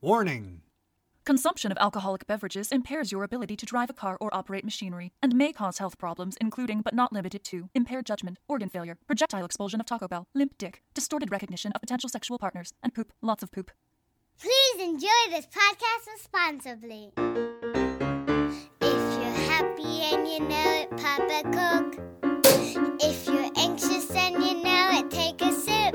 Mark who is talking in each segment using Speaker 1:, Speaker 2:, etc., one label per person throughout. Speaker 1: Warning!
Speaker 2: Consumption of alcoholic beverages impairs your ability to drive a car or operate machinery and may cause health problems, including but not limited to impaired judgment, organ failure, projectile expulsion of Taco Bell, limp dick, distorted recognition of potential sexual partners, and poop. Lots of poop.
Speaker 3: Please enjoy this podcast responsibly. If you're happy and you know it, pop a Coke. If you're anxious and you know it, take a sip.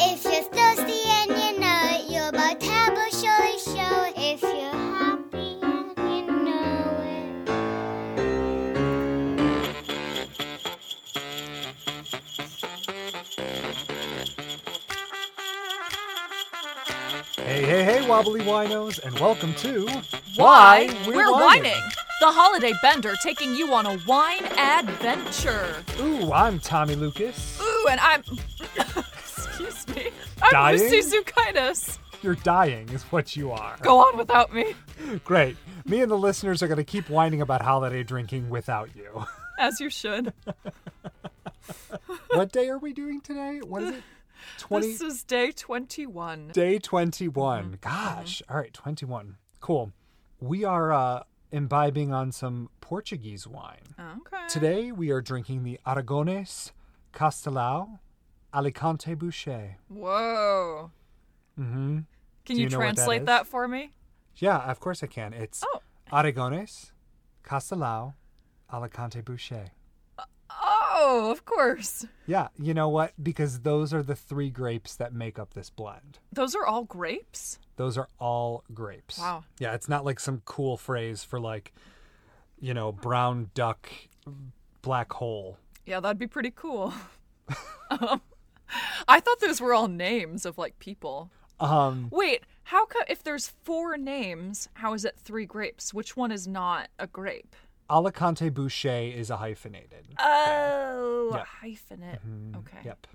Speaker 3: If you're thirsty and you know it, your tab will surely show it. If you're happy and you know it.
Speaker 1: Hey, hey, hey, wobbly winos, and welcome to
Speaker 2: The Holiday Bender taking you on a wine adventure.
Speaker 1: Ooh, I'm Tommy Lucas.
Speaker 2: Ooh, and I'm. Excuse me.
Speaker 1: Dying? Lucy
Speaker 2: Zukaitis.
Speaker 1: You're dying, is what you are.
Speaker 2: Go on without me,
Speaker 1: Great. Me and the listeners are going to keep whining about holiday drinking without you.
Speaker 2: as you should.
Speaker 1: what day are we doing today? What is it? 20,
Speaker 2: This is Mm-hmm. day 21.
Speaker 1: day 21. Gosh. All right, 21. Cool. We are uh, imbibing on some Portuguese wine.
Speaker 2: okay.
Speaker 1: Today we are drinking the Aragones, Castelao, Alicante Boucher.
Speaker 2: Whoa.
Speaker 1: hmm Do
Speaker 2: Can you,
Speaker 1: you know what that
Speaker 2: translate
Speaker 1: is?
Speaker 2: that, for me?
Speaker 1: Yeah, of course I can. It's
Speaker 2: Oh.
Speaker 1: Aragones, Castelao, Alicante Boucher.
Speaker 2: Oh, of course.
Speaker 1: Yeah, you know what? Because those are the three grapes that make up this blend.
Speaker 2: Those are all grapes?
Speaker 1: Those are all grapes.
Speaker 2: Wow.
Speaker 1: Yeah, it's not like some cool phrase for like, you know, brown duck, black hole.
Speaker 2: Yeah, that'd be pretty cool. um, I thought those were all names of like people.
Speaker 1: Um,
Speaker 2: Wait, how come if there's four names, how is it three grapes? Which one is not a grape?
Speaker 1: Alicante Boucher is a hyphenated.
Speaker 2: Oh,
Speaker 1: Yeah. Mm-hmm.
Speaker 2: hyphenate. Okay.
Speaker 1: Yep.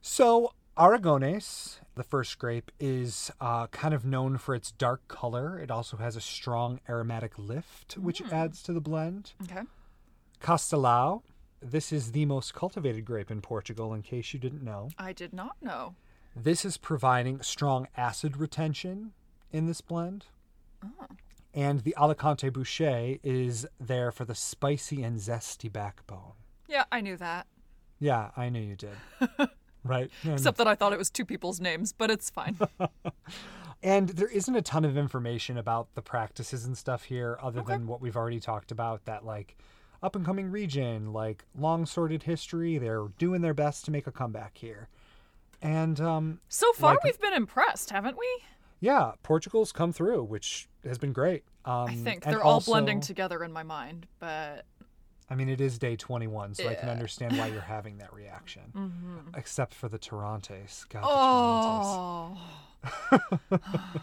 Speaker 1: So Aragones, the first grape, is uh, kind of known for its dark color. It also has a strong aromatic lift, which adds to the blend.
Speaker 2: Okay.
Speaker 1: Castelao, this is the most cultivated grape in Portugal, in case you didn't know.
Speaker 2: I did not know.
Speaker 1: This is providing strong acid retention in this blend. And the Alicante Boucher is there for the spicy and zesty backbone.
Speaker 2: Yeah, I knew that.
Speaker 1: Yeah, I knew you did. right? And-
Speaker 2: Except that I thought it was two people's names, but it's fine.
Speaker 1: And there isn't a ton of information about the practices and stuff here, other than what we've already talked about that, like, up and coming region, like, long sorted history. They're doing their best to make a comeback here. And, um,
Speaker 2: So far,
Speaker 1: Like-
Speaker 2: we've been impressed, haven't we?
Speaker 1: yeah, Portugal's come through, which has been great. Um,
Speaker 2: I think
Speaker 1: and
Speaker 2: they're all blending
Speaker 1: also-
Speaker 2: together in my mind, but
Speaker 1: I mean, it is day 21, so I can understand why you're having that reaction. Except for the Torontes. God, the Torontes.
Speaker 2: Mm-hmm. oh,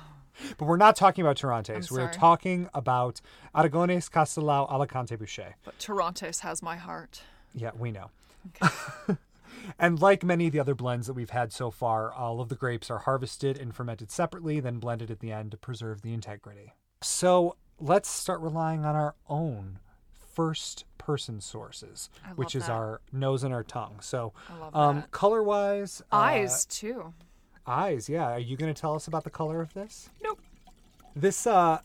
Speaker 1: But we're not talking about Torontes.
Speaker 2: I'm
Speaker 1: We're
Speaker 2: sorry.
Speaker 1: talking about Aragones, Castelao, Alicante, Boucher.
Speaker 2: but Toronto's has my heart.
Speaker 1: Yeah, we know. and like many of the other blends that we've had so far, all of the grapes are harvested and fermented separately, then blended at the end to preserve the integrity. So let's start relying on our own first person sources,
Speaker 2: I love
Speaker 1: which is
Speaker 2: that.
Speaker 1: our nose and our tongue. So,
Speaker 2: I love
Speaker 1: um,
Speaker 2: that.
Speaker 1: color wise,
Speaker 2: Uh, Eyes too.
Speaker 1: eyes, yeah. Are you going to tell us about the color of this?
Speaker 2: Nope.
Speaker 1: This uh,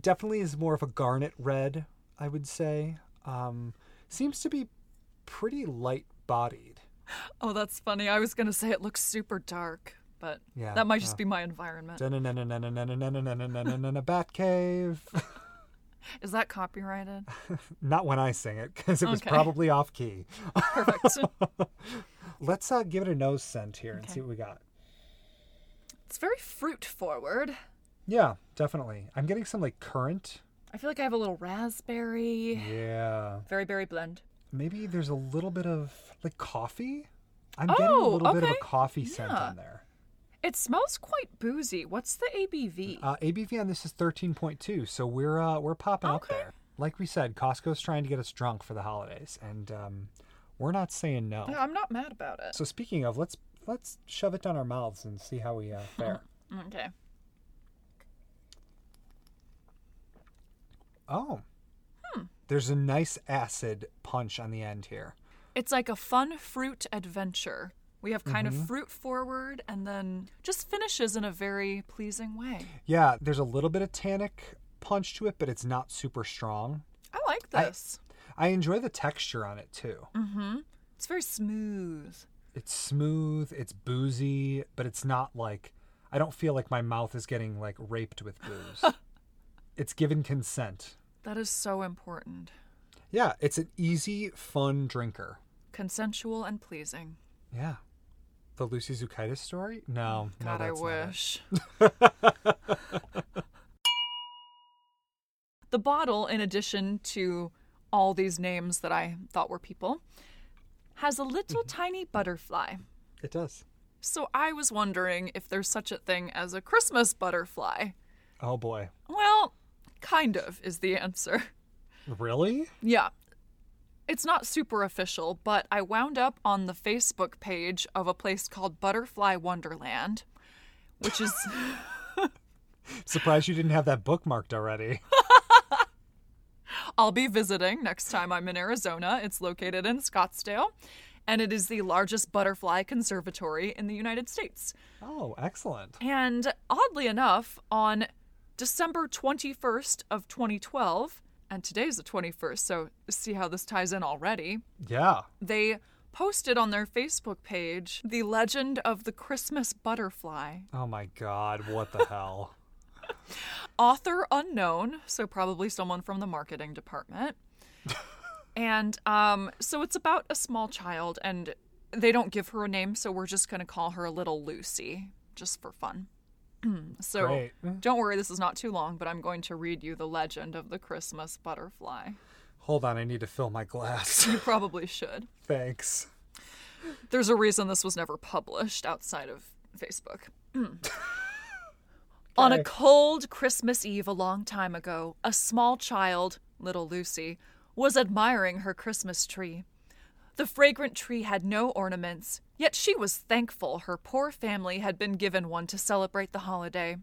Speaker 1: definitely is more of a garnet red, I would say. Um, seems to be pretty light bodied.
Speaker 2: Oh, that's funny. I was gonna say it looks super dark, but
Speaker 1: Yeah,
Speaker 2: that might just be my environment.
Speaker 1: Batcave.
Speaker 2: Is that copyrighted?
Speaker 1: Not when I sing it, because it was
Speaker 2: Okay.
Speaker 1: probably off key.
Speaker 2: Perfect.
Speaker 1: Let's uh, give it a nose scent here and
Speaker 2: Okay.
Speaker 1: see what we got.
Speaker 2: it's very fruit forward.
Speaker 1: Yeah, definitely. I'm getting some like currant.
Speaker 2: I feel like I have a little raspberry.
Speaker 1: Yeah.
Speaker 2: Very berry blend.
Speaker 1: Maybe there's a little bit of like coffee. I'm getting a
Speaker 2: Oh,
Speaker 1: little bit of a
Speaker 2: okay.
Speaker 1: coffee scent
Speaker 2: Yeah.
Speaker 1: on there.
Speaker 2: It smells quite boozy. What's the ABV?
Speaker 1: Uh, ABV on this is 13.2, so we're uh, we're popping up
Speaker 2: Okay.
Speaker 1: there. Like we said, Costco's trying to get us drunk for the holidays, and um, we're not saying no.
Speaker 2: Yeah, I'm not mad about it.
Speaker 1: So speaking of, let's let's shove it down our mouths and see how we uh, fare.
Speaker 2: Okay.
Speaker 1: oh,
Speaker 2: Hmm.
Speaker 1: there's a nice acid punch on the end here.
Speaker 2: It's like a fun fruit adventure. We have kind
Speaker 1: Mm-hmm.
Speaker 2: of fruit forward and then just finishes in a very pleasing way.
Speaker 1: Yeah, there's a little bit of tannic punch to it, but it's not super strong.
Speaker 2: I like this.
Speaker 1: I enjoy the texture on it too.
Speaker 2: It's very smooth.
Speaker 1: It's smooth, it's boozy, but it's not like I don't feel like my mouth is getting like raped with booze. it's given consent.
Speaker 2: That is so important.
Speaker 1: Yeah, it's an easy, fun drinker.
Speaker 2: Consensual and pleasing.
Speaker 1: Yeah. The Lucy Zukaitis story? No. no,
Speaker 2: God, I
Speaker 1: that's not it.
Speaker 2: wish. the bottle, in addition to all these names that I thought were people, has a little
Speaker 1: Mm-hmm.
Speaker 2: tiny butterfly.
Speaker 1: It does.
Speaker 2: So I was wondering if there's such a thing as a Christmas butterfly.
Speaker 1: Oh boy.
Speaker 2: Well, kind of is the answer.
Speaker 1: Really?
Speaker 2: Yeah. It's not super official, but I wound up on the Facebook page of a place called Butterfly Wonderland, which is
Speaker 1: Surprised you didn't have that bookmarked already.
Speaker 2: I'll be visiting next time I'm in Arizona. It's located in Scottsdale, and it is the largest butterfly conservatory in the United States.
Speaker 1: Oh, excellent.
Speaker 2: And oddly enough, on December 21st of 2012, and today's the 21st, so see how this ties in already.
Speaker 1: Yeah.
Speaker 2: They posted on their Facebook page the legend of the Christmas butterfly.
Speaker 1: Oh my god, what the hell?
Speaker 2: Author unknown, so probably someone from the marketing department. and um, so it's about a small child, and they don't give her a name, so we're just going to call her Little Lucy, just for fun. so
Speaker 1: Great.
Speaker 2: don't worry, this is not too long, but I'm going to read you the legend of the Christmas butterfly.
Speaker 1: Hold on, I need to fill my glass.
Speaker 2: You probably should.
Speaker 1: Thanks.
Speaker 2: There's a reason this was never published outside of Facebook. On a cold Christmas Eve a long time ago, a small child, little Lucy, was admiring her Christmas tree. The fragrant tree had no ornaments, yet she was thankful her poor family had been given one to celebrate the holiday.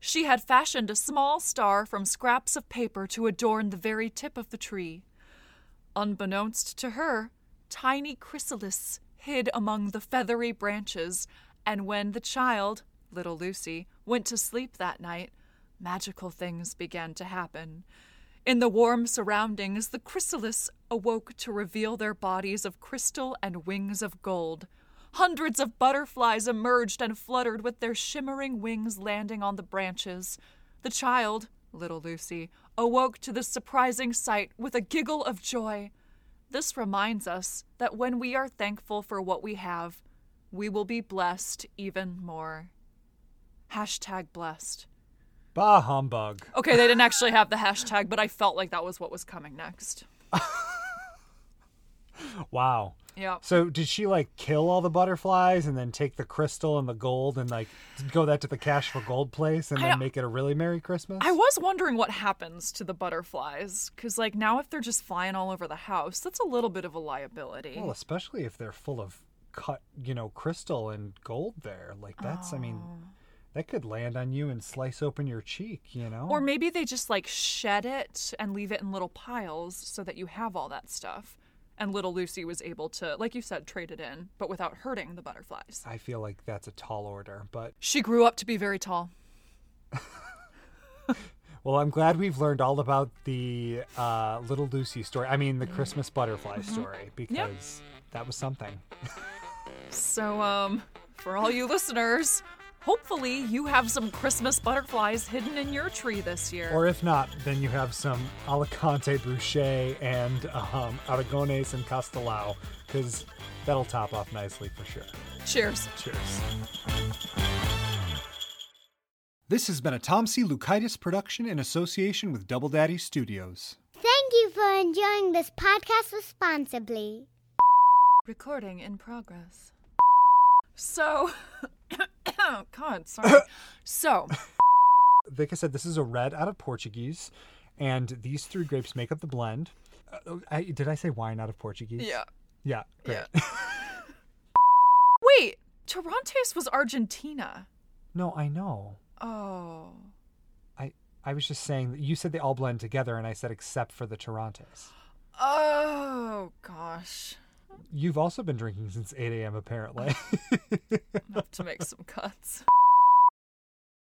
Speaker 2: She had fashioned a small star from scraps of paper to adorn the very tip of the tree. Unbeknownst to her, tiny chrysalis hid among the feathery branches, and when the child, little Lucy, went to sleep that night, magical things began to happen. In the warm surroundings, the chrysalis awoke to reveal their bodies of crystal and wings of gold. Hundreds of butterflies emerged and fluttered with their shimmering wings landing on the branches. The child, little Lucy, awoke to this surprising sight with a giggle of joy. This reminds us that when we are thankful for what we have, we will be blessed even more. Hashtag blessed.
Speaker 1: Bah humbug.
Speaker 2: Okay, they didn't actually have the hashtag, but I felt like that was what was coming next.
Speaker 1: Wow.
Speaker 2: Yeah.
Speaker 1: So did she like kill all the butterflies and then take the crystal and the gold and like go that to the cash for gold place and
Speaker 2: I-
Speaker 1: then make it a really merry Christmas?
Speaker 2: I was wondering what happens to the butterflies, because, like, now if they're just flying all over the house, that's a little bit of a liability.
Speaker 1: well, especially if they're full of cut, you know, crystal and gold there. Like that's I mean that could land on you and slice open your cheek, you know?
Speaker 2: Or maybe they just, like, shed it and leave it in little piles so that you have all that stuff. And little Lucy was able to, like you said, trade it in, but without hurting the butterflies.
Speaker 1: I feel like that's a tall order, but
Speaker 2: She grew up to be very tall.
Speaker 1: Well, I'm glad we've learned all about the uh, Little Lucy story. I mean, the Christmas butterfly story, because that was something.
Speaker 2: So, um, for all you listeners, hopefully you have some Christmas butterflies hidden in your tree this year.
Speaker 1: Or if not, then you have some Alicante Boucher and um, Aragones and Castelao, because that'll top off nicely for sure.
Speaker 2: Cheers.
Speaker 1: Cheers. This has been a Tom C. Lukaitis production in association with Double Daddy Studios.
Speaker 3: Thank you for enjoying this podcast responsibly.
Speaker 2: Recording in progress. So, God, sorry. so,
Speaker 1: like I said, this is a red out of Portuguese, and these three grapes make up the blend. Uh, I, did I say wine out of Portuguese?
Speaker 2: yeah,
Speaker 1: Yeah. Great.
Speaker 2: yeah. Wait, Torontes was Argentina.
Speaker 1: No, I know.
Speaker 2: Oh,
Speaker 1: I I was just saying that you said they all blend together, and I said except for the Torontos.
Speaker 2: oh gosh.
Speaker 1: You've also been drinking since 8 a.m., apparently.
Speaker 2: I have to make some cuts.